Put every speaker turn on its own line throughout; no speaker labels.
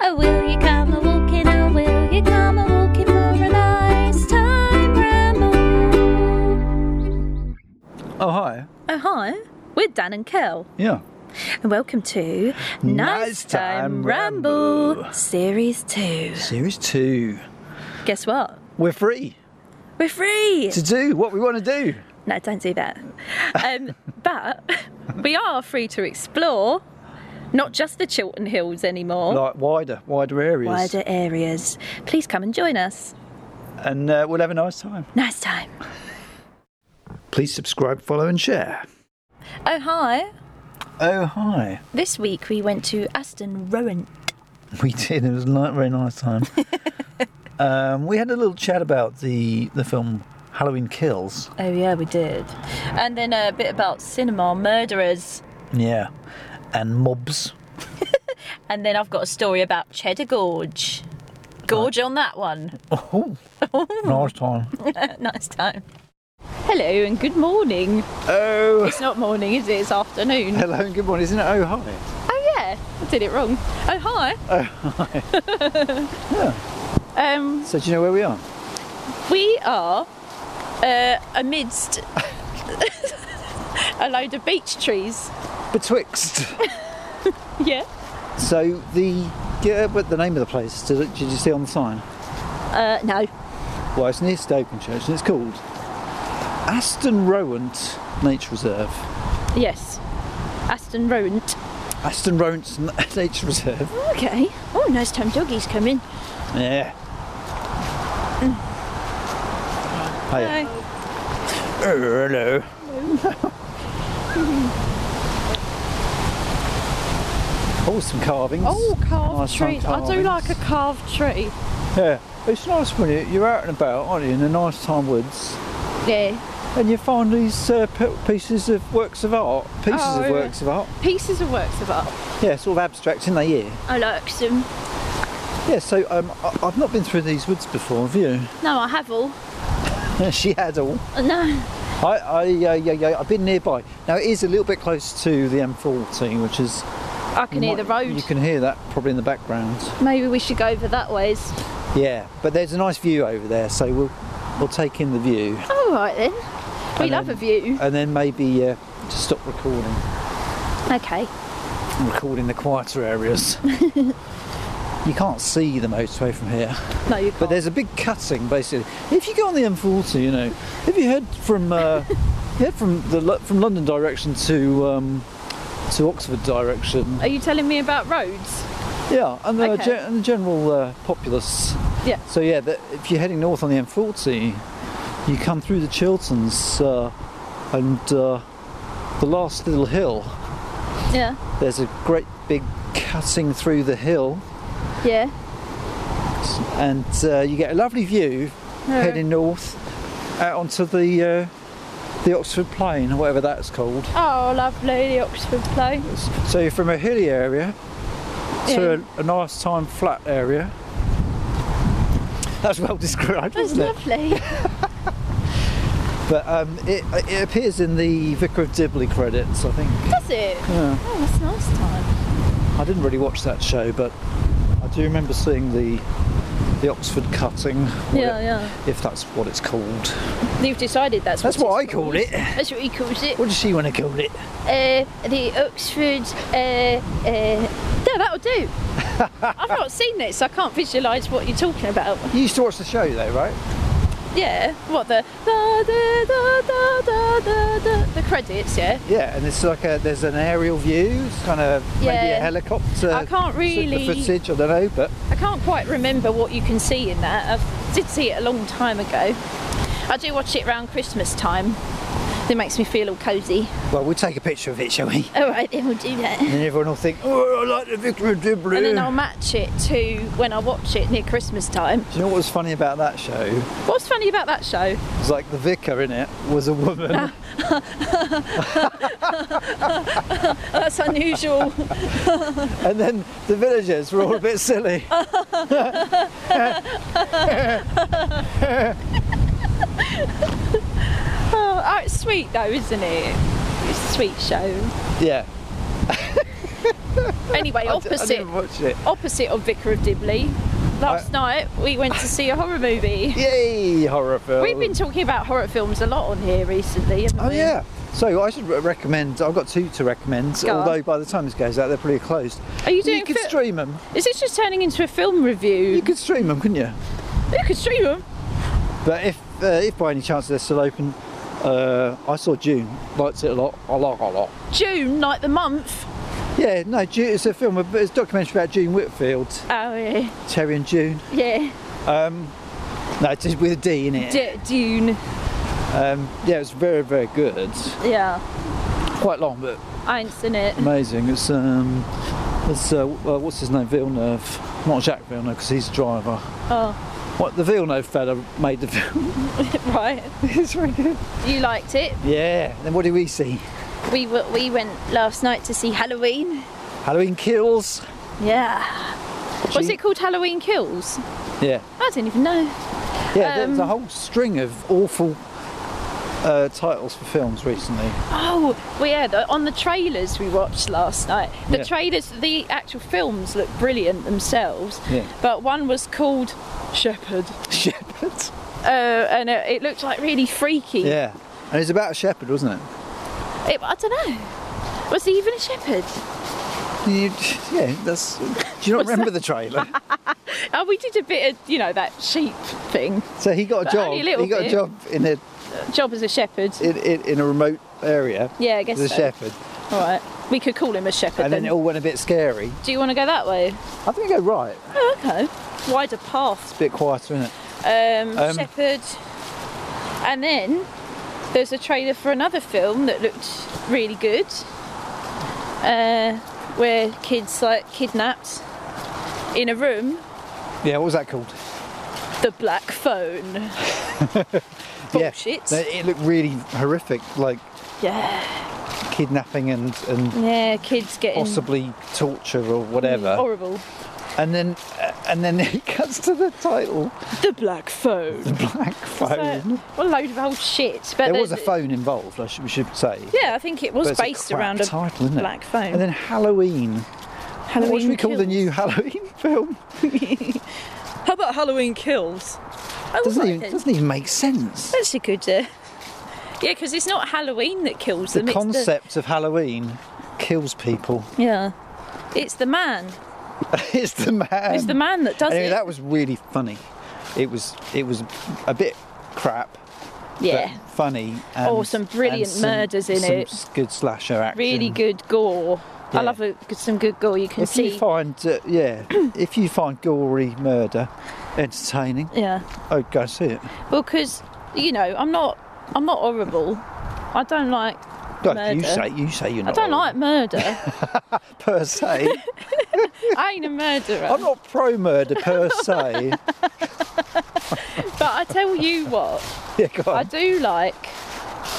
Oh, will you come a walking? Oh, will you come a walking for a nice time ramble?
Oh, hi.
Oh, hi. We're Dan and Kel,
Yeah.
and welcome to Nice,
Nice Time
Ramble,
Ramble.
Series 2.
Series two.
Guess what?
We're free
We're free!
to do what we want to do.
No, don't do that. Um, but we are free to explore not just the Chiltern Hills anymore.
Like wider, Oh. wider areas.
Wider areas. Please come and join us.
And uh, we'll have a nice time.
Nice time.
Please subscribe, follow, and share.
Oh, hi.
Oh, hi.
This week we went to Aston Rowan.
We did. It was a ni- very nice time. um, we had a little chat about the, the film Halloween Kills.
Oh, yeah, we did. And then a bit about cinema murderers.
Yeah. And mobs.
And then I've got a story about Cheddar Gorge. Gorge on that one.
Oh, nice time.
nice time. Hello and good morning.
Oh,
It's not morning, is it? It's afternoon.
hello and good morning. Isn't it? Oh, hi.
Oh yeah, I did it wrong. Oh hi.
Oh, hi.
Um,
So, do you know where we are?
we are uh, amidst a load of beech trees.
Betwixt.
Yeah.
So the yeah, but the name of the place did, it, did you see on the sign?
Uh, no.
Well, it's near Stoken Church, and it's called Aston Rowant Nature Reserve.
Yes. Aston Rowant.
Aston Rowant N- Nature Reserve.
Okay. Oh, nice time doggies come in.
Yeah.
Mm.
Hiya.
Hi.
Oh, hello. oh, some carvings.
Oh, carved
Nice round
trees. I do like a
carvings.
carved tree.
Yeah, it's nice when you- you're out and about, aren't you, in the nice time woods.
Yeah.
And you find these uh, p- pieces of works of art, pieces
Oh,
of
yeah.
works of art.
Pieces of works of art.
Yeah, sort of abstract, isn't they? Yeah.
I like them.
Yeah. So um, I- I've not been through these woods before, have you?
No, I have all.
she had all.
Oh,
Uh, No.
I, I, uh, yeah, yeah, I've been nearby. Now it is a little bit close to the M14, which is
I can hear the road.
You can hear that probably in the background.
Maybe we should go over that ways.
Yeah, but there's a nice view over there, so we'll we'll take in the view
All right then. We
And
love
then-
a view.
and then maybe uh, just stop recording,
Okay.
recording the quieter areas. you can't see the motorway from here.
No, you can't.
But there's a big cutting basically. If you go on the M40, you know, if you head from uh, you head from the Lo- from London direction to um, to Oxford direction,
Are you telling me about roads?
yeah, and the,
Okay.
gen- and the general uh, populace.
Yeah.
So yeah, that if you're heading north on the M40, you come through the Chilterns uh, and uh, the last little hill.
Yeah.
There's a great big cutting through the hill,
Yeah.
and uh, you get a lovely view heading north out onto the uh, the Oxford Plain or whatever that's called.
Oh, lovely, the Oxford Plain.
So you're from a hilly area to a, a nice time flat area. That's well described,
That's
isn't it?
lovely.
But um, it, it appears in the Vicar of Dibley credits, I think.
Does it?
Yeah.
Oh, that's nice time.
I didn't really watch that show, but I do remember seeing the the Oxford cutting. what
Yeah,
it-
yeah.
If that's what it's called.
You've decided that's what
That's what I
it's
called it.
That's what he calls it.
What does she want to call it?
Uh, the Oxford. Uh, uh, no, that'll do. I've not seen this, I can't visualise what you're talking about.
You used to watch the show though, right?
Yeah, what the da, da, da, da, da, da, da, the credits? Yeah,
Yeah, and it's like a there's an aerial view, it's kind of maybe a
Yeah.
helicopter.
I can't
the
really-
footage. I don't know, but
I can't quite remember what you can see in that. I did see it a long time ago. I do watch it around Christmas time. It makes me feel all cosy.
well, we'll take a picture of it, shall we?
All right, then we'll do that.
And then everyone will think, oh, I like the Vicar of Dibley.
And then I'll match it to when I watch it near Christmas time.
Do you know what was funny about that show?
What's funny about that show?
It was like the vicar in it was a woman.
Oh, That's unusual.
And then the villagers were all a bit silly.
Oh, oh, it's sweet though, isn't it? It's a sweet show.
Yeah.
Anyway,
I d- I
opposite
didn't watch it.
opposite of Vicar of Dibley. Last night we went to see a horror movie.
Yay, horror film.
We've been talking about horror films a lot on here recently, haven't
Oh
we?
yeah. So I should re- recommend. I've got two to recommend.
Go on.
although by the time this goes out, they're probably closed.
Are you
You
doing
could
fi-
stream them.
Is this just turning into a film
You
review?
could stream them, couldn't you?
You could stream them.
But if uh, if by any chance they're still open, uh, I saw June. Liked it a lot. I like it a lot.
June, like the month.
Yeah. No, June, it's a film. ab- It's a documentary about June Whitfield,
Oh yeah,
Terry and June.
yeah.
Um, no, it's just with a D in it.
D- Dune.
Um, yeah, it's very very good.
Yeah,
Quite long, but
I ain't seen it.
amazing. It's um, it's uh, uh, what's his name Villeneuve, not Jack Villeneuve because he's a driver.
Oh,
What the Villeneuve fella made the film.
right.
it's very good.
You liked it.
Yeah. Then what do we see?
We w- we went last night to see Halloween.
Halloween Kills.
Yeah. Was
Gee.
it called Halloween Kills?
Yeah.
I don't even know.
Yeah. there was a
Um,
whole string of awful uh, titles for films recently.
Oh, well, yeah. The, on the trailers we watched last night, the
Yeah.
trailers, the actual films look brilliant themselves.
Yeah.
But one was called Shepherd,
Shepherd.
uh, and it, it looked like really freaky.
Yeah. And it's about a shepherd, wasn't it?
It, I don't know. Was he even a shepherd?
You, yeah. That's. Do you not remember the trailer?
Oh, we did a bit of you know that sheep thing.
So he got a
But
job.
only a little
He got a
bit.
job in a
Job as a shepherd.
in, in, in a remote area.
Yeah, I guess
as a
so.
shepherd.
All right. We could call him a shepherd
and
then.
then it all went a bit scary.
Do you want to go that way?
I think it go right. It's
Oh, okay. Wider path.
a bit quieter, isn't it?
Um,
Um,
shepherd. And then there's a trailer for another film that looked really good. Uh, where kids like kidnapped in a room.
Yeah. What was that called?
The black phone. Bullshit.
Yeah. No, It looked really horrific, like
Yeah.
kidnapping and, and
Yeah. Kids getting
possibly torture or whatever.
horrible.
And then uh, and then it cuts to the title,
The black phone.
the black phone.
So, what a load of old shit. But
there was a
there's-
phone involved, I should, we should say.
Yeah, I think it
But
was
it's
based
crap
around a
title, isn't it?
black phone.
And then Halloween.
Halloween
what should we call the
Kills.
new Halloween film?
How about Halloween Kills? I was
Doesn't
like,
even,
then.
doesn't even make sense.
that's a good. Uh, yeah, because it's not Halloween that kills
The
them. it's uh,
concept of Halloween kills people.
yeah, it's the man.
it's the man.
It's the man that does
Anyway,
it.
that was really funny. It was it was a bit crap.
yeah,
but funny. And,
Oh, some brilliant
and some-
murders in
some
it.
s- Good slasher action.
really good gore.
Yeah.
I love a, some good gore. You can
If
see.
you find, uh, yeah, if you find gory murder entertaining,
yeah.
I'd go see it.
Well, because you know, I'm not. I'm not horrible. I don't like.
Don't- you
Murder.
say you say you're
I
not. horrible
don't like murder.
per se.
I ain't a murderer.
I'm not pro murder per se.
But I tell you what,
Yeah, go
I
on.
do like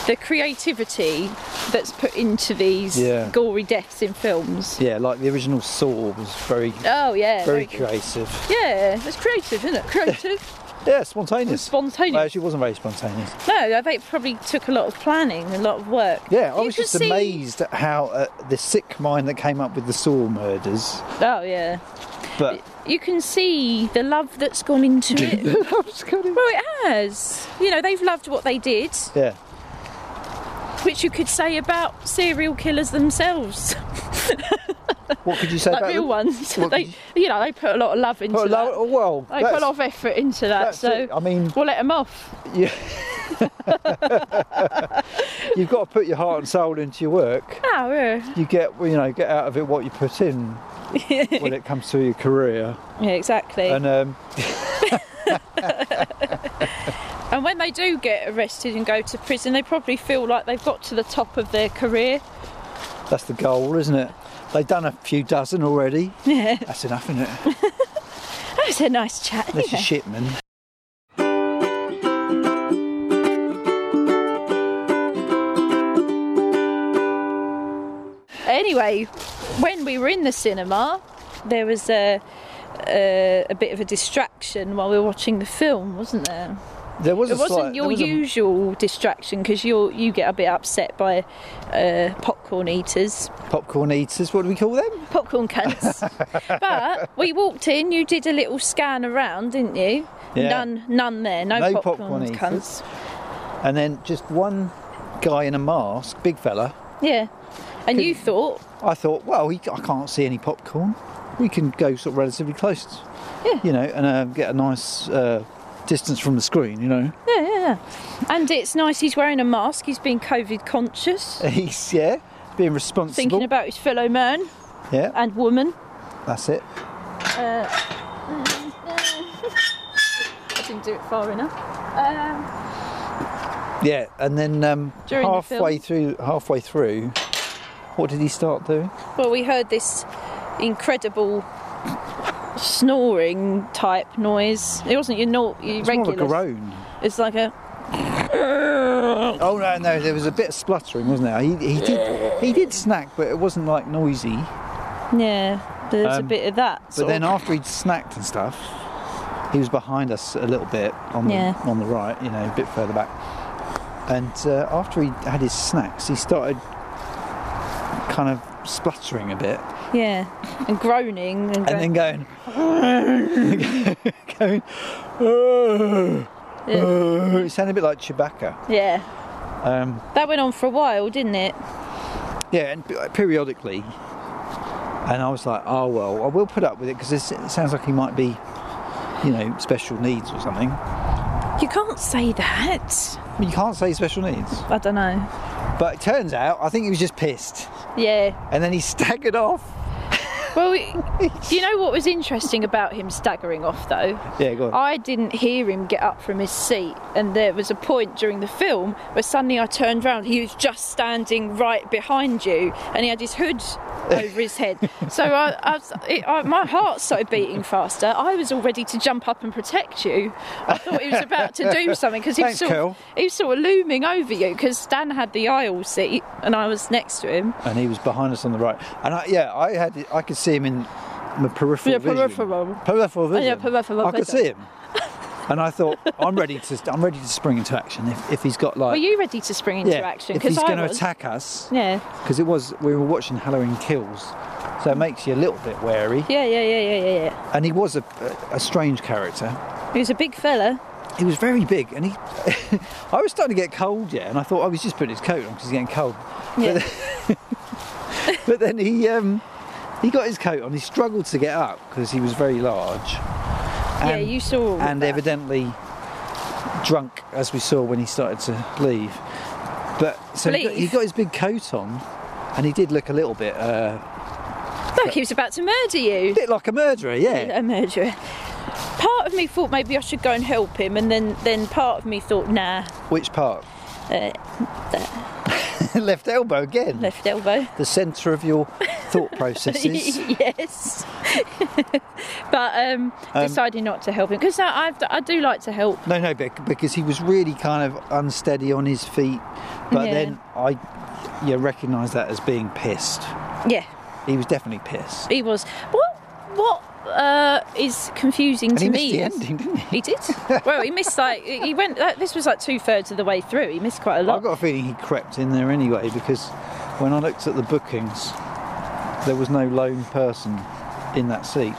the creativity that's put into these
Yeah.
gory deaths in films.
Yeah, like the original Saw was very
Oh yeah,
very
good.
creative.
Yeah, it's creative, isn't it? Creative,
Yeah, spontaneous. Well,
spontaneous.
actually, it wasn't very spontaneous.
No, they probably took a lot of planning, a lot of work.
Yeah, I
You
was
could
just
see-
amazed at how uh, the sick mind that came up with the Saw murders.
Oh yeah,
But
you can see the love that's gone into it.
I'm just kidding.
well, it has. You know, they've loved what they did,
Yeah.
which you could say about serial killers themselves,
What could you say
like
about
real
them?
ones.
What
they,
could
you know, they put a lot of love into
Well,
that.
no, well,
They put a
that's-
lot of effort into that,
that's
so
it. I mean,
we'll let them off.
you, you've got to put your heart and soul into your work.
Oh, yeah.
You get, you know, get out of it what you put in when it comes to your career.
yeah, exactly.
And um,
And, when they do get arrested and go to prison, they probably feel like they've got to the top of their career.
that's the goal, isn't it? They've done a few dozen already. Yeah. That's enough, isn't it?
That was a nice chat.
Unless you're shipman.
Anyway, when we were in the cinema, there was a, a, a bit of a distraction while we were watching the film, wasn't there?
There was
It
a
wasn't
slight,
your
there was a-
usual distraction because you you get a bit upset by uh, popcorn eaters,
popcorn eaters. What do we call them?
popcorn cunts. but we walked in. You did a little scan around, didn't you?
Yeah.
None, none there. No,
No popcorn
popcorn,
eaters.
cunts.
And then just one guy in a mask, big fella.
Yeah. And you thought,
I thought, well, we, I can't see any popcorn. We can go sort of relatively close,
Yeah.
you know, and uh, get a nice uh, distance from the screen, you know.
yeah, yeah, yeah. And it's nice. He's wearing a mask. He's been COVID conscious,
He's yeah, being responsible.
thinking about his fellow man
yeah,
and woman.
that's it.
I didn't do it far enough. Um,
Yeah, and then um,
During the
halfway through, halfway through, what did he start doing?
well, we heard this incredible snoring type noise. It wasn't your, nor- your
It's more of a
regular.
groan.
It's like a.
Oh no, no, there was a bit of spluttering, wasn't there? He, he did, he did snack, but it wasn't like noisy.
Yeah, there's a
Um,
bit of that.
But
Sort
then
of.
after he'd snacked and stuff, he was behind us a little bit on the,
Yeah.
on the right, you know, a bit further back. And uh, after he had his snacks, he started kind of spluttering a bit,
Yeah, and groaning. And,
and then
going,
going, going, "Oh, oh." it sounded a bit like Chewbacca.
yeah.
Um,
That went on for a while, didn't it?
yeah, and pe- periodically. And I was like, oh well, I will put up with it because it sounds like he might be, you know, special needs or something.
You can't say that.
Well, You can't say special needs.
I don't know.
But it turns out, I think he was just pissed.
Yeah.
And then he staggered off.
Well, we, you know what was interesting about him staggering off, though?
Yeah, go on.
I didn't hear him get up from his seat, and there was a point during the film where suddenly I turned round. He was just standing right behind you, and he had his hood over his head. So I, I, was- it, I, my heart started beating faster. I was all ready to jump up and protect you. I thought he was about to do something because he, was
Thanks,
sort
Kel.
of- he was sort of looming over you because Dan had the aisle seat, and I was next to him.
and he was behind us on the right. And I, yeah, I had, I could see him in my peripheral
Yeah,
vision.
peripheral. Oh,
Peripheral vision.
yeah, peripheral
I could
vision.
see him. And I thought, I'm ready to, I'm ready to spring into action if, if he's got like,
Were you ready to spring into
yeah,
action?
if he's
I
going to
was.
attack us,
Yeah.
because it was, we were watching Halloween Kills, so it makes you a little bit wary.
Yeah, yeah, yeah, yeah, yeah, yeah.
And he was a, a strange character.
He was a big fella.
He was very big, and he. I was starting to get cold, yeah, and I thought I was just putting his coat on because he's getting cold.
Yeah.
But then he um, he got his coat on. He struggled to get up because he was very large. And,
yeah, you saw. all of
and
that.
evidently drunk, as we saw when he started to leave. But so he got, he
Leave?
got his big coat on, and he did look a little bit uh,
Look, he was about to murder you.
bit like a murderer, yeah.
A murderer. Part of me thought maybe I should go and help him, and then, then part of me thought, nah,
Which part?
uh,
Left elbow again.
left elbow.
The centre of your thought processes.
yes. but um, decided not to help him because I, I, I do like to help.
No, no, bec- because he was really kind of unsteady on his feet. But
Yeah.
then I, yeah, recognised that as being pissed.
Yeah,
He was definitely pissed.
he was. What what uh, is confusing
And
to
he missed
me?
the
is-
ending, didn't he?
He did. well, he missed like he went. Like, this was like two thirds of the way through. He missed quite a lot.
I've got a feeling he crept in there anyway because when I looked at the bookings, there was no lone person in that seat.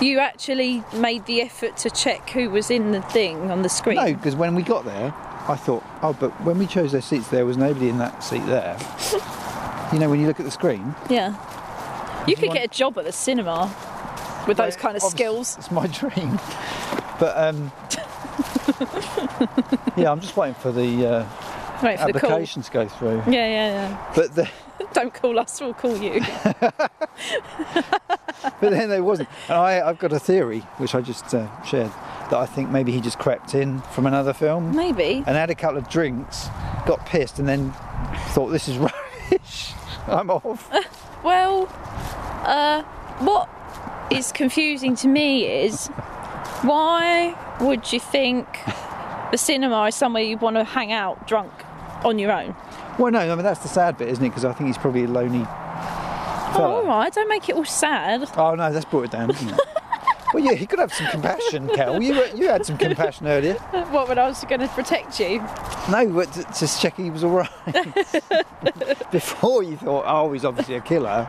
You actually made the effort to check who was in the thing on the screen.
No, because when we got there, I thought, oh, but when we chose our seats, there was nobody in that seat there. you know, when you look at the screen,
Yeah. You could get a job at the cinema with those kind of
Obviously,
skills.
It's my dream. But um, yeah, I'm just waiting for the uh,
Wait for the call. Yeah,
applications to go through.
yeah,
But the,
yeah. Don't call us, we'll call you.
but then there wasn't. And I, I've got a theory which I just uh, shared that I think maybe he just crept in from another film
Maybe.
and had a couple of drinks, got pissed, and then thought this is rubbish. I'm off.
Well, uh, what is confusing to me is why would you think the cinema is somewhere you'd want to hang out drunk on your own?
Well, no, I mean that's the sad bit, isn't it? Because I think he's probably a lonely.
Oh,
Fella.
all right, don't make it all sad.
Oh no, that's brought it down. Isn't it? Well, yeah, you could have some compassion, Cal. You, you had some compassion earlier.
What when I was going to protect you?
No, but t- just checking he was all right. Before you thought, oh, he's obviously a killer.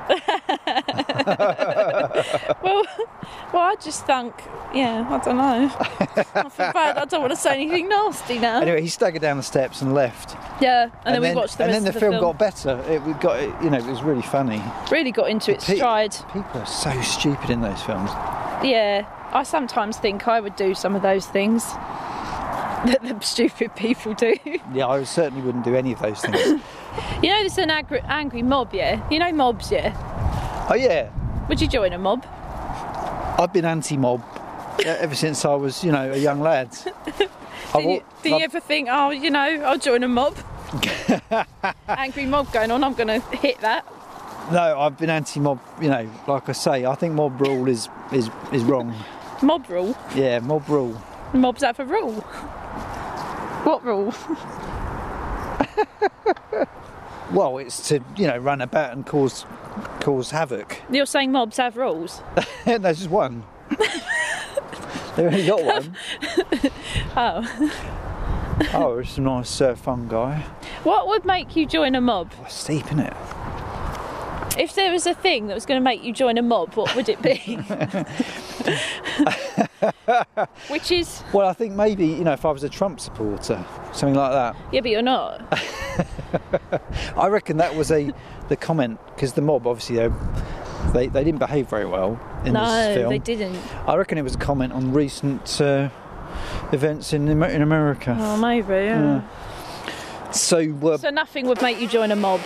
Well, well, I just think, yeah, I don't know. I feel bad. I don't want to say anything nasty now.
Anyway, he staggered down the steps and left.
yeah, and, then, we watched the
and then
rest
the,
of the
film, got better. It we got, it- you know, it was really funny.
really got into its
Pe-
stride.
People are so stupid in those films.
Yeah, I sometimes think I would do some of those things that the stupid people do.
Yeah, I certainly wouldn't do any of those things.
you know, there's an angry, angry mob, yeah. You know mobs, yeah.
oh yeah,
Would you join a mob?
I've been anti-mob uh, ever since I was, you know, a young lad. I
Do you,
walked-
do you
I-
ever think, oh, you know, I'll join a mob? angry mob going on. I'm gonna hit that.
No, I've been anti-mob. You know, like I say, I think mob rule is is is wrong.
Mob rule.
Yeah, mob rule.
Mobs have a rule. What rule?
Well, it's to you know run about and cause cause havoc.
You're saying mobs have rules.
no, there's just one. they only got one.
Oh.
Oh, it's a nice uh, fun guy.
What would make you join a mob?
Oh, it's deep, isn't it?
If there was a thing that was going to make you join a mob, what would it be? Which is,
Well, I think maybe you know if I was a Trump supporter, something like that.
yeah, but you're not.
I reckon that was a the comment because the mob obviously they, they they didn't behave very well in
no,
this film.
they didn't.
I reckon it was a comment on recent uh, events in Amer- in America.
Oh, maybe. Yeah.
So, uh,
So nothing would make you join a mob.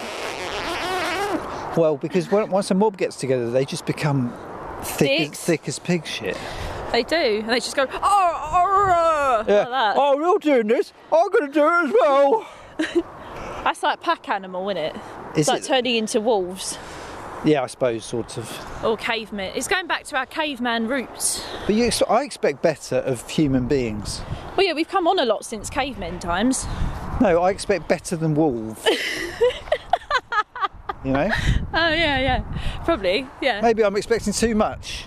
well, because when, once a mob gets together, they just become thick as,
Dicks.
thick as pig shit.
They do, and they just go, oh, oh, oh," like that.
Oh, we're all doing this. I'm going to do it as well.
That's like pack animal, isn't it?
Is
It's like
it-
turning into wolves
Yeah, I suppose sort of.
or cavemen. It's going back to our caveman roots.
But you, ex- I expect better of human beings.
Well, yeah, we've come on a lot since cavemen times.
No, I expect better than wolves. you know,
Oh yeah, yeah, probably, yeah.
maybe I'm expecting too much.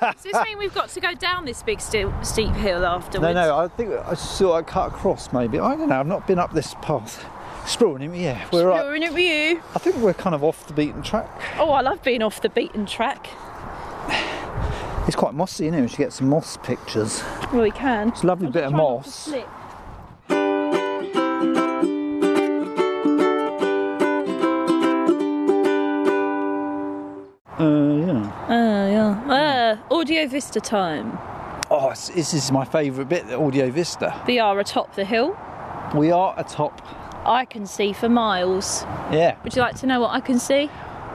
Does this mean we've got to go down this big steep, steep hill
No,
afterwards?
no, I think I saw I cut across maybe. I don't know, I've not been up this path. Exploring it, yeah. We're
You're
up.
in it with you.
I think we're kind of off the beaten track.
Oh, I love being off the beaten track.
It's quite mossy, isn't it? We should get some moss pictures.
Well, we can.
It's a lovely bit of
Try not to
moss.
slip.
Uh, yeah.
Oh yeah. Uh, audio vista time.
Oh, it's, this is my favourite bit, the Audio Vista.
We are atop the hill.
We are atop.
I can see for miles.
Yeah.
Would you like to know what I can see?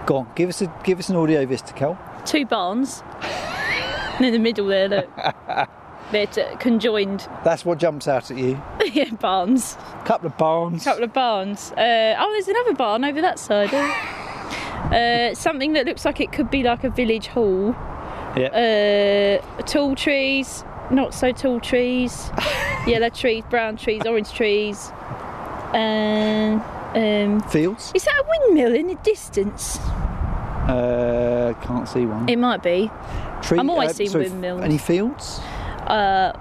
Go on, give us a give us an Audio Vista, Kel.
Two barns. And in the middle there, look. They're t- conjoined
That's what jumps out at you.
yeah, barns.
Couple of barns.
couple of barns. Uh, oh, there's another barn over that side. eh? Uh, something that looks like it could be like a village hall.
yeah.
Uh, tall trees, not so tall trees, yellow trees, brown trees, orange trees. And um,
Fields.
is that a windmill in the distance?
Uh, can't see one.
It might be.
Tree,
I'm always
uh,
seeing
sorry, f-
windmills.
Any fields?
Uh,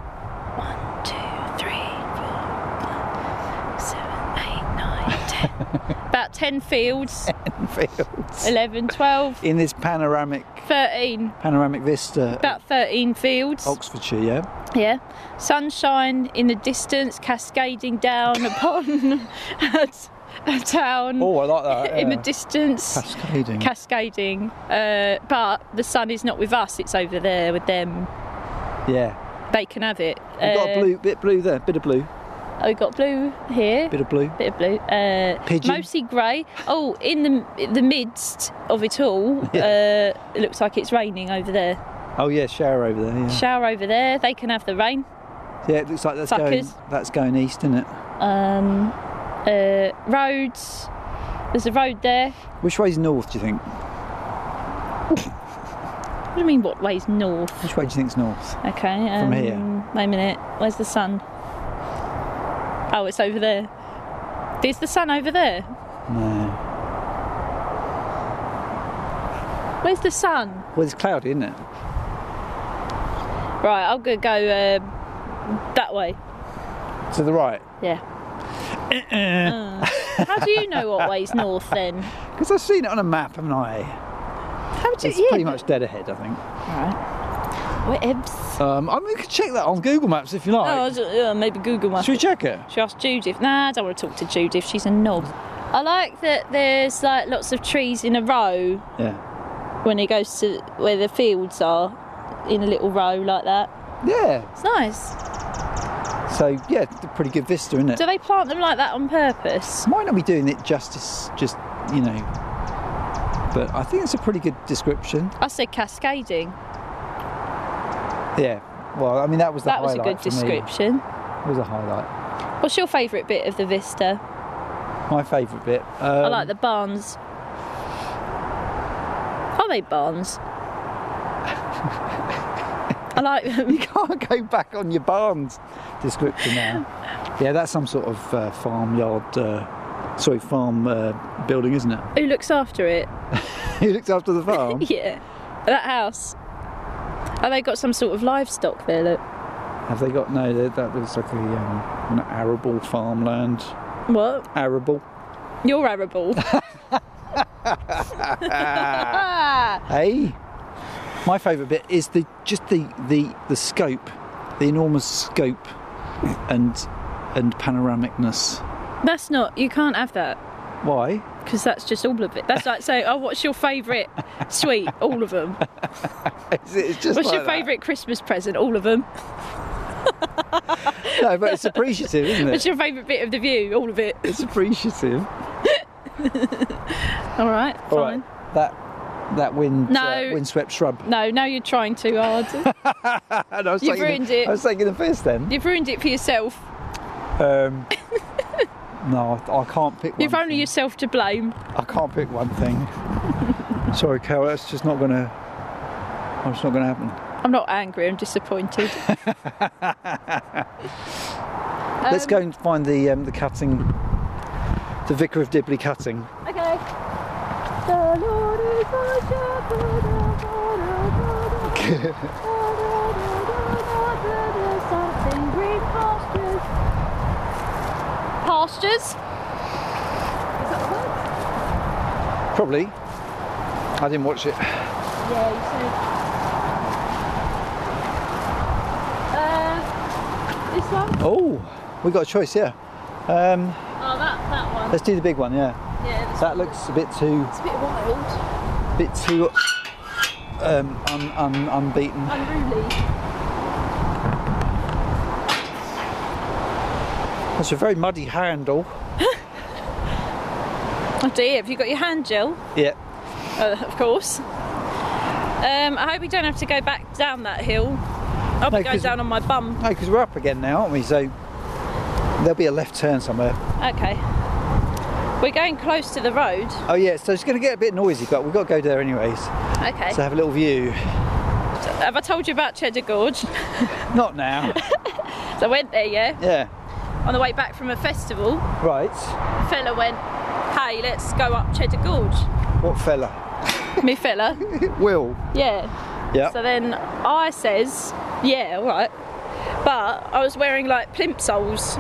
one, two, three, four, five, seven, eight, nine, ten. About 10 fields,
fields.
11, 12,
In this panoramic
13.
panoramic vista. of
About 13 fields.
Oxfordshire, yeah.
Yeah. Sunshine in the distance, cascading down upon a, t- a town
Oh, I like that.
in the
yeah.
distance.
Cascading.
Cascading, uh, but the sun is not with us. It's over there with them.
yeah.
They can have it.
You got a
Uh,
blue bit blue there, bit of blue,
Oh, we got blue here.
bit of blue.
Bit of blue. Uh,
Pigeon.
Mostly grey. Oh, in the in the midst of it all, uh, it looks like it's raining over there.
Oh yeah, shower over there. Yeah,
Shower over there. They can have the rain.
yeah it looks like that's
Suckers.
going that's going east, isn't it?
um, uh, roads. There's a road there.
Which way's north? Do you think?
What do you mean, what way's north?
Which way do you think's north?
Okay. Um,
here.
Wait a minute. Where's the sun? Oh, it's over there. There's the sun over there.
No.
Where's the sun?
Well, it's cloudy, isn't it?
Right, I'm gonna go um, that way.
To the right.
Yeah.
Uh-uh.
Uh, how do you know what way's north then?
Because I've seen it on a map, haven't I?
How do
It's
you?
pretty much dead ahead, I think.
Right. Webs.
Um, I mean, we could check that on Google Maps if you like.
Oh, I ju- uh, maybe Google Maps.
Should we check it?
She asked Judith. Nah, I don't want to talk to Judith. She's a knob. I like that there's like lots of trees in a row
Yeah.
when he goes to where the fields are, in a little row like that.
Yeah.
It's nice.
So yeah, it's a pretty good vista, isn't it?
Do they plant them like that on purpose?
might not be doing it justice, just you know. But I think it's a pretty good description.
I said cascading.
Yeah. Well, I mean, that was the
That was a
highlight
good
for me.
description.
It was a highlight.
What's your favourite bit of the vista?
My favourite bit. Um,
I like the barns. Are they barns? I like them.
You can't go back on your barns description now. yeah, that's some sort of uh, farmyard. Uh, sorry, farm uh, building, isn't it?
Who looks after it?
Who looks after the farm?
Yeah. That house. Oh, they got some sort of livestock there, look.
Have they got no? That that looks like a, um, an arable farmland.
What?
Arable.
You're arable.
Hey, my favourite bit is the just the, the the scope, the enormous scope, and and panoramicness.
that's not, you can't have that
Why?
because that's just all of it. That's like saying, oh, what's your favourite sweet? All of them.
It's, it's just
What's
like
your
that.
favourite Christmas present? All of them.
No, but it's appreciative, isn't
What's
it?
your favourite bit of the view? All of it.
It's appreciative.
All right, fine.
All right, that that wind
No.
uh, windswept shrub.
No, now you're trying too hard.
And I was
You've
taking
ruined
the,
it.
I was taking the piss then.
You've ruined it for yourself.
Um, no, I, I can't pick.
You've
one
only
thing.
yourself to blame.
I can't pick one thing. Sorry, Carol. That's just not gonna. That's not gonna happen.
I'm not angry, I'm disappointed.
Let's go and find the um, the cutting, the Vicar of Dibley cutting.
Okay. Pastures?
Probably. I didn't watch it.
Yeah, you said. Uh, this one?
Oh, we got a choice here. Um,
Oh, that, that one.
let's do the big one. Yeah,
Yeah, this
that looks a bit too,
It's a bit wild.
bit too um, un, un, unbeaten.
Unruly.
That's a very muddy handle.
Oh dear, have you got your hand gel?
Yeah.
Uh, of course. Um, I hope we don't have to go back down that hill. I'll
No,
be going
'cause-
down on my bum.
No, because we're up again now, aren't we? So there'll be a left turn somewhere.
Okay. We're going close to the road.
Oh yeah. So it's going to get a bit noisy, but we've got to go there anyways
Okay.
to have a little view.
have I told you about Cheddar Gorge? so
Not now.
I went there, yeah,
yeah.
on the way back from a festival.
Right.
A fella went, hey, let's go up Cheddar Gorge.
What fella?
Me fella.
Will.
Yeah.
Yeah.
So then I says, yeah, all right. But I was wearing like plimsolls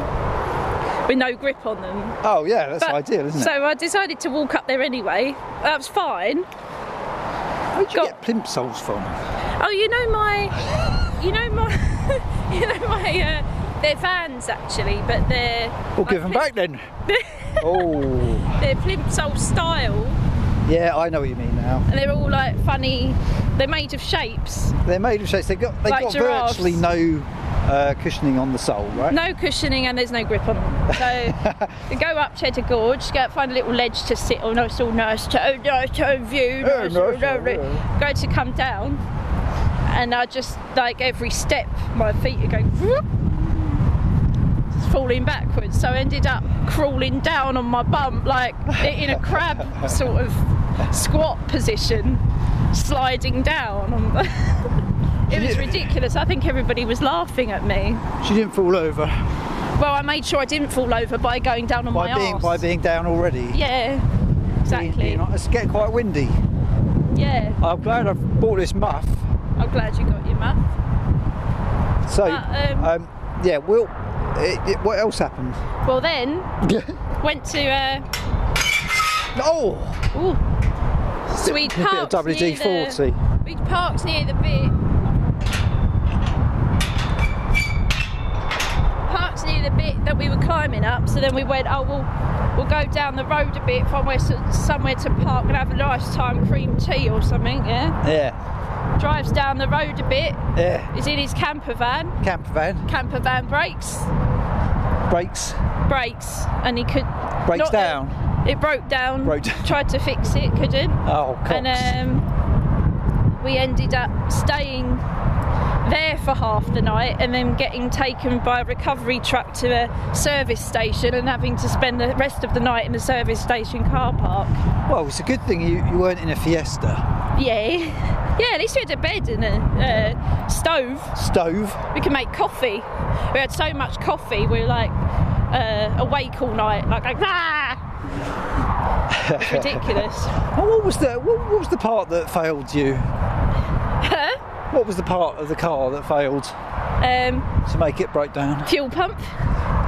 with no grip on them.
Oh yeah, that's
But-
ideal, isn't it?
So I decided to walk up there anyway. That was fine.
Where'd you
got-
get plimsolls from?
Oh, you know my, you know my, you know my. Uh, they're vans actually, but they're
We'll give them back then. oh,
they're plimsoll style,
yeah, I know what you mean now.
and they're all like funny. They're made of shapes.
They're made of shapes. They got they
Like
got
giraffes.
virtually no uh, cushioning on the sole, right?
No cushioning and there's no grip on them. So we go up Cheddar Gorge, go find a little ledge to sit on. It's all nice to oh, nice to oh, view.
Yeah,
Nice, oh,
nice,
lovely.
yeah.
Go to come down, and I just like every step, my feet are going. whoop, just Falling backwards, so I ended up crawling down on my bum like in a crab sort of squat position, sliding down. On the it was
Yeah.
ridiculous. I think everybody was laughing at me.
She didn't fall over
Well, I made sure I didn't fall over by going down on
by
my
being
arse.
by being down already.
Yeah,
Being-
exactly.
being on- it's getting quite windy.
Yeah,
I'm glad I've bought this muff.
I'm glad you got your muff.
So,
But, um,
um, yeah, Will. It, it, what else happened?
Well, then went to uh,
oh,
ooh, Swede
a bit
Park.
of WD-40.
We parked near the beach. Parked near the bit that we were climbing up, so then we went, oh, we'll, we'll go down the road a bit from where to, somewhere to park and have a nice time, cream tea or something, yeah?
Yeah,
Drives down the road a bit,
yeah.
is in his camper van,
Camper van
camper van brakes,
brakes
brakes, and he could.
breaks
not that-
down.
it broke down,
Broke down.
tried to fix it, couldn't.
oh, cops.
And uh, um, we ended up staying there for half the night and then getting taken by a recovery truck to a service station and having to spend the rest of the night in the service station car park.
well, it's a good thing you, you weren't in a Fiesta
Yeah. Yeah, at least we had a bed and a uh, stove.
stove.
We could make coffee. We had so much coffee, we were like uh, awake all night, like, like ah! It's ridiculous.
Oh, what was the what, what was the part that failed you? What was the part of the car that failed
um,
to make it break down?
fuel pump.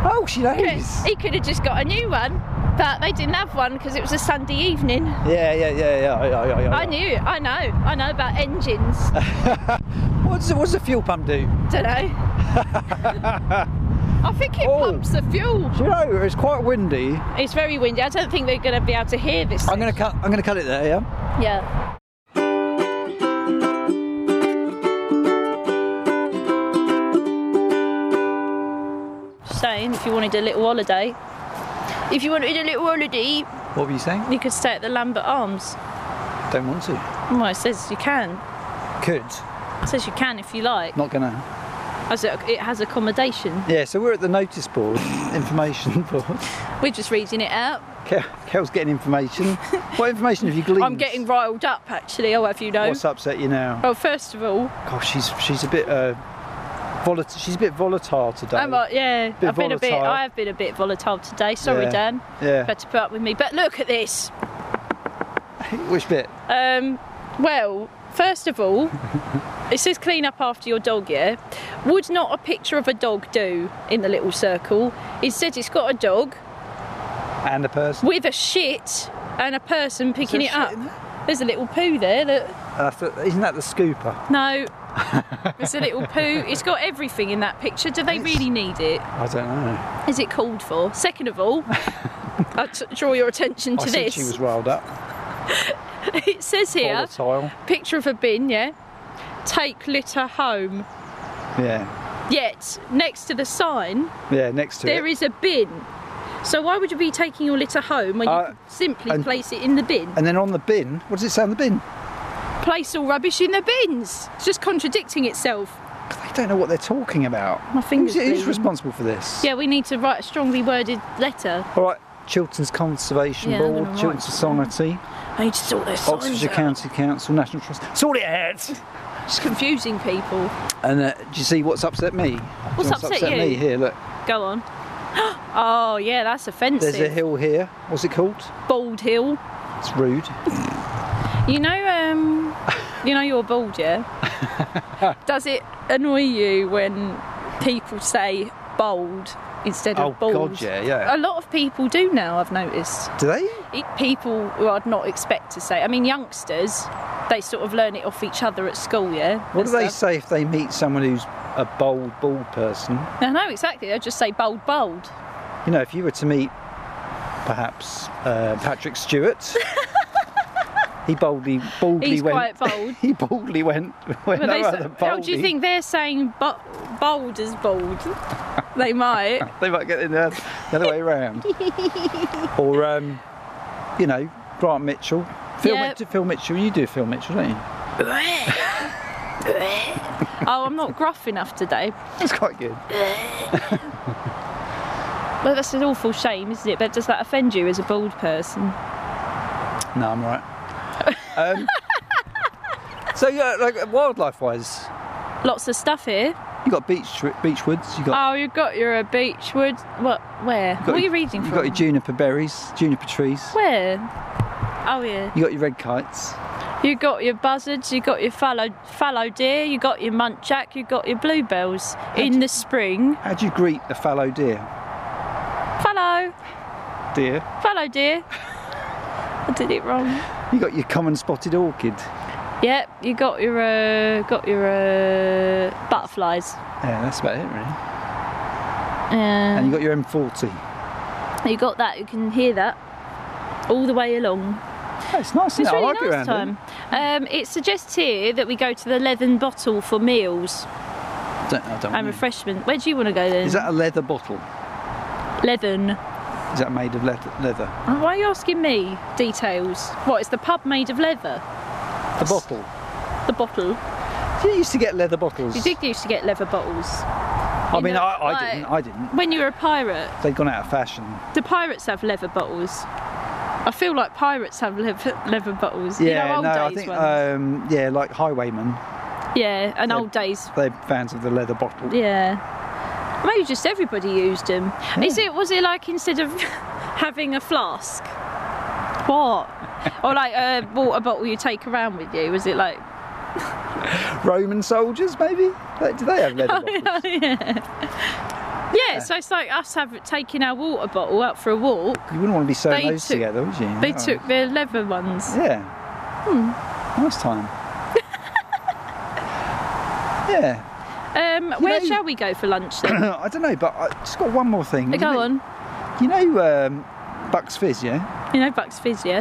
Oh, she knows.
Yes, He could have just got a new one, but they didn't have one because it was a Sunday evening.
Yeah, yeah, yeah, yeah. yeah, yeah, yeah.
I knew, it, I know, I know about engines.
What does, what does a fuel pump do?
Don't know. I think it
Oh.
pumps the fuel.
Do you know it's quite windy?
It's very windy. I don't think they're going to be able to hear this.
I'm gonna cut. I'm gonna cut it there. Yeah.
Yeah. Just Saying, if you wanted a little holiday, if you wanted a little holiday,
What were you saying?
you could stay at the Lambert Arms.
Don't want to.
Well, it says you can.
Could.
It says you can if you like.
Not gonna.
As it, it has accommodation.
Yeah. So we're at the notice board, information board.
We're just reading it out.
Kel, Kel's getting information. What information have you gleaned?
I'm getting riled up actually, I'll have you know.
What's upset you now?
Well, first of all,
Gosh, she's she's a bit uh, volatile. She's a bit volatile today.
I'm like, yeah,
Bit
I've been a bit,
volatile.
I have been a bit volatile today. Sorry,
Yeah.
Dan.
Yeah.
You had to put up with me. But look at this.
Which bit?
Um, well, first of all, it says clean up after your dog, yeah? Would not a picture of a dog do in the little circle? It said it's got a dog
And the person.
with a shit and a person picking
there
it
shit
up.
in
There's a little poo there, look.
And I thought, isn't that the scooper?
No. There's a little poo. It's got everything in that picture. Do they really need it?
I don't know.
Is it called for? Second of all, I t- draw your attention to
I said
this.
she was riled up.
It says here,
Volatile.
picture of a bin, yeah? Take litter home.
Yeah.
Yet, next to the sign,
Yeah. Next to
there
it.
is a bin. So why would you be taking your litter home when you
Uh,
could simply
and- uh,
place it in the bin?
And then on the bin, what does it say on the bin?
Place all rubbish in the bins. It's just contradicting itself.
They don't know what they're talking about.
My
Who's,
fingers
who's
bleeding.
responsible for this?
Yeah, we need to write a strongly worded letter.
All right. Chilterns Conservation
Yeah, I'm
Board,
gonna write
Chiltern Society,
I need to sort those signs
Oxfordshire
out.
County Council, National Trust. Sort it out.
It's confusing people.
And uh, do you see what's upset me? Do you know
What's upset you?
me here? Look,
Go on. Oh yeah, that's offensive.
there's a hill here. What's it called?
Bald hill.
It's rude.
You know, um, you know you're bald, yeah. Does it annoy you when people say bald instead
Oh,
of bald?
God, yeah, yeah.
A lot of people do now. I've noticed.
Do they?
It, people who I'd not expect to say. I mean, youngsters, they sort of learn it off each other at school, yeah.
What do
and
they
stuff.
say if they meet someone who's a bold, bald person?
I know exactly. They just say bald, bald.
You know, if you were to meet perhaps uh, Patrick Stewart, he boldly, boldly
He's
went.
quite bold.
he boldly went. went
But
no
they,
other
s- oh, do you
boldly.
think they're saying bo- bold as bold? they might.
they might get it the other- the other way around? or, um, you know, Grant Mitchell. Phil,
Yeah.
Mitchell, Phil Mitchell, you do Phil Mitchell, don't you?
Oh, I'm not gruff enough today.
That's quite good.
Well, that's an awful shame, isn't it? But does that offend you as a bald person?
No, I'm all right. Um, so yeah, like wildlife-wise,
Lots of stuff here.
you got beach tr- beach woods. You got
Oh, you've got your uh, beach wood. What? Where?
you got
What are
your-
you reading
You
from?
got your juniper berries, juniper trees.
Where? Oh yeah.
You got your red kites.
You got your buzzards, you got your fallow fallow deer, you got your muntjac, you got your bluebells in the spring.
How do you greet a fallow deer?
Fallow,
Deer.
fallow deer. I did it wrong.
You got your common spotted orchid.
Yep, you got your uh, got your uh, butterflies.
Yeah, that's about it really. And
Yeah,
you got your M40.
you got that. You can hear that all the way along.
Oh, it's nice. isn't
It's
it?
really
I like it
nice
around
time. Um, it suggests here that we go to the Leathern Bottle for meals
I don't, I don't
and
know.
refreshment. Where do you want to go then?
Hmm. Is that a leather bottle?
Leathern?
Is that made of leather? leather?
Why are you asking me details? What is the pub made of leather?
The bottle.
The bottle.
You used to get leather bottles.
You did used to get leather bottles.
I
you
mean,
know,
I, I
like-
didn't. I didn't.
When you were a pirate,
They'd gone out of fashion.
do pirates have leather bottles? I feel like pirates have leather, leather bottles.
Yeah,
you know, old
no,
days
I think.
ones.
Um, yeah, like highwaymen,
yeah, and
yeah.
old days
they're fans of the leather bottle.
Yeah. Maybe just everybody used them. Is it was it like instead of having a flask? What? or like a water bottle you take around with you? Was it like
Roman soldiers, maybe? They, do they have leather bottles?
yeah. so it's like us have taking our water bottle out for a walk.
You wouldn't want to be sewing
They
those
took-
together, would you?
They
No.
took Hmm. the leather ones.
Yeah. Nice time. yeah.
Um, where
know-
shall we go for lunch then?
I don't know, but I just got one more thing.
Go on.
You know, um, Bucks Fizz, yeah?
You know Bucks Fizz, yeah?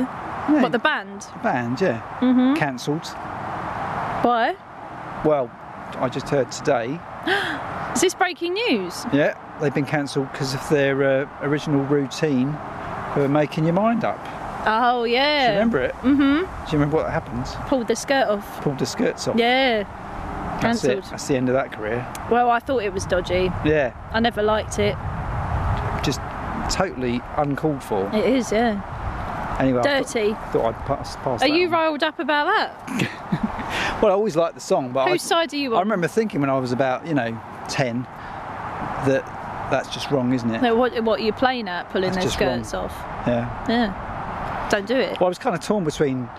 yeah
What the Mm-hmm. band?
band, yeah. Cancelled.
Why?
Well, I just heard today.
Is this breaking news?
Yeah, they've been cancelled because of their uh, original routine for making your mind up.
Oh
Do you
yeah.
remember it? Mm-hmm. Do you remember what happened?
Pulled the skirt off.
Pulled the skirts off.
Yeah.
That's it.
Cancelled.
That's the end of that career.
Well, I thought it was dodgy.
Yeah.
I never liked it.
Just totally uncalled for.
It is, yeah.
Anyway, I thought,
Dirty.
thought I'd pass, pass
Are
that
you
on.
riled up about that?
Well, I always liked the song, but I,
Whose side are you
I
on?
remember thinking when I was about, you know, 10 that that's just wrong, isn't it?
No, what, what are you playing at, pulling
That's
their
just wrong.
skirts off?
Yeah.
Yeah. Don't do it.
Well, I was kind of torn between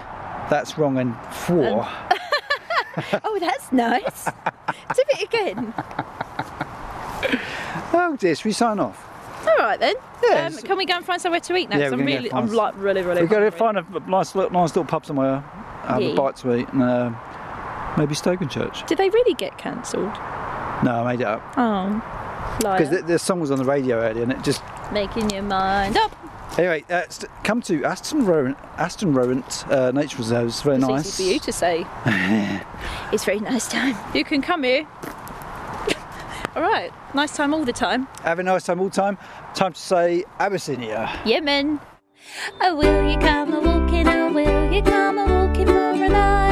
that's wrong and for.
Um, Oh, that's nice. do it again.
Oh dear, should we sign off?
All right then.
Yes.
Um, can we go and find somewhere to eat now?
Yeah,
'Cause
we're
I'm
gonna go
really,
find
I'm
some-
like really, really.
We've got to
hungry.
find a nice, little, nice little pub somewhere, uh, have
Yeah.
a bite to eat, and uh, maybe Stokenchurch.
Did they really get cancelled?
No, I made it up
Oh, liar.
because the, the song was on the radio earlier, and it just
Making your mind up.
anyway. Uh, st- come to Aston Rowant, Aston Rowant uh, Nature Reserve. It's very
It's
nice.
easy for you to say. it's very nice time. You can come here. all right. Nice time all the time.
Have a nice time all time. Time to say Abyssinia.
Yemen.
Oh, will you come a walking? Oh, will you come a walking for a night?